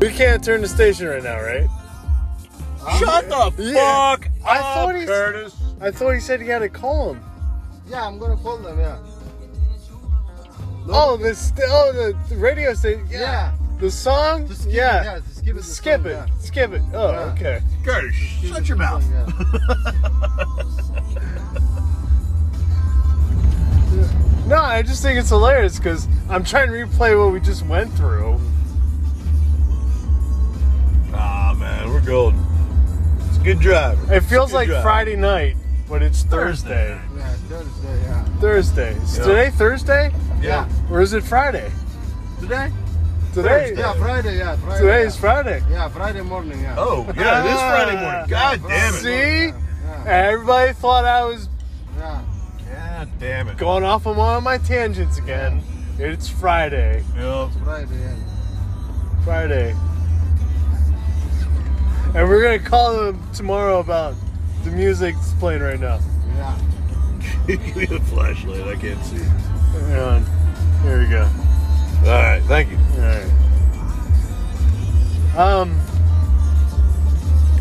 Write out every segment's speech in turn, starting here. You can't turn the station right now, right? Shut the Yeah. fuck up, I thought he's- Curtis. I thought you said you had to call him. Yeah, I'm gonna call them. Yeah. Oh, the st- oh the, the radio station. Yeah. Yeah. The song. Just skip yeah. It, yeah. Just skip it. the Skip song, it. yeah. Skip it. Oh, Yeah. okay. Curtis, Skip shut it, your the mouth. song, yeah. No, I just think it's hilarious because I'm trying to replay what we just went through. Ah man, we're golden. It's a good drive. It feels Good like job. Friday night, but it's Thursday. Yeah, Thursday, yeah. Thursday. Is Yeah. today Thursday? Yeah. Or is it Friday? Today? Today. Thursday. Yeah, Friday, yeah, Friday. Today is yeah. Friday. Yeah, Friday morning, yeah. Oh yeah, it is Friday morning. God damn it. See? Yeah, Everybody thought I was yeah. God damn it. going off on one of my tangents again. It's Friday. Yeah. Friday, yeah. Friday. And we're gonna call them tomorrow about the music that's playing right now. yeah. Give me the flashlight. I can't see. Hang on. Here we go. All right. Thank you. Alright. Um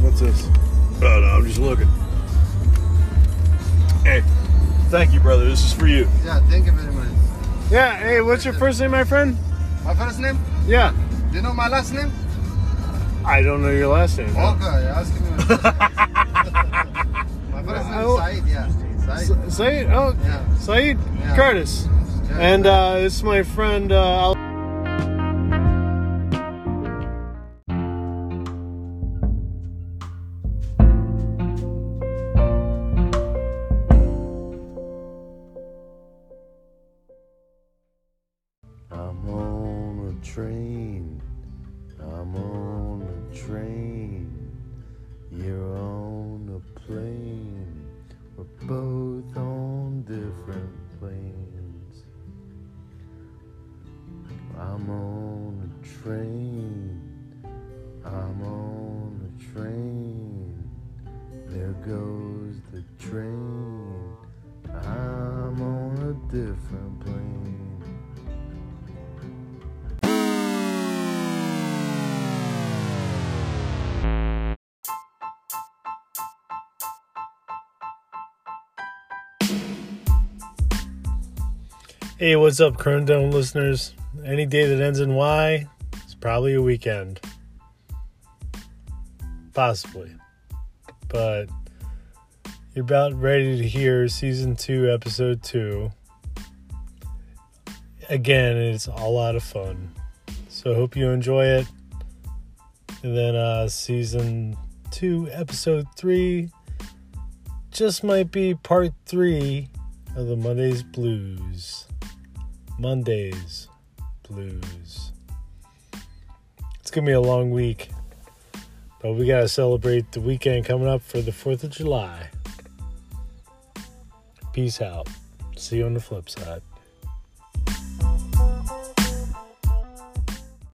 What's this? Oh no, I'm just looking. Hey, thank you, brother. This is for you. Yeah, thank you very much. Yeah, hey, what's your first name, my friend? My first name? Yeah. Do you know my last name? I don't know your last name. Okay, ask me. my first name. my first name Oh. is Said, yeah. Said. S- Said? Oh, Yeah. Said Yeah. Curtis. Yeah. And uh, this is my friend. Uh, Al- I'm on a train. I'm on a train. You're on a plane. We're both on different planes. I'm on a train. I'm on a train. There goes the train. I'm on a different plane. hey, what's up, Current Dome listeners? Any day that ends in Y is probably a weekend. Possibly. But you're about ready to hear season two, episode two. Again, it's a lot of fun. So hope you enjoy it. And then uh, season two, episode three just might be part three of the Monday's Blues. Monday's Blues. It's going to be a long week, but we got to celebrate the weekend coming up for the 4th of July. Peace out. See you on the flip side.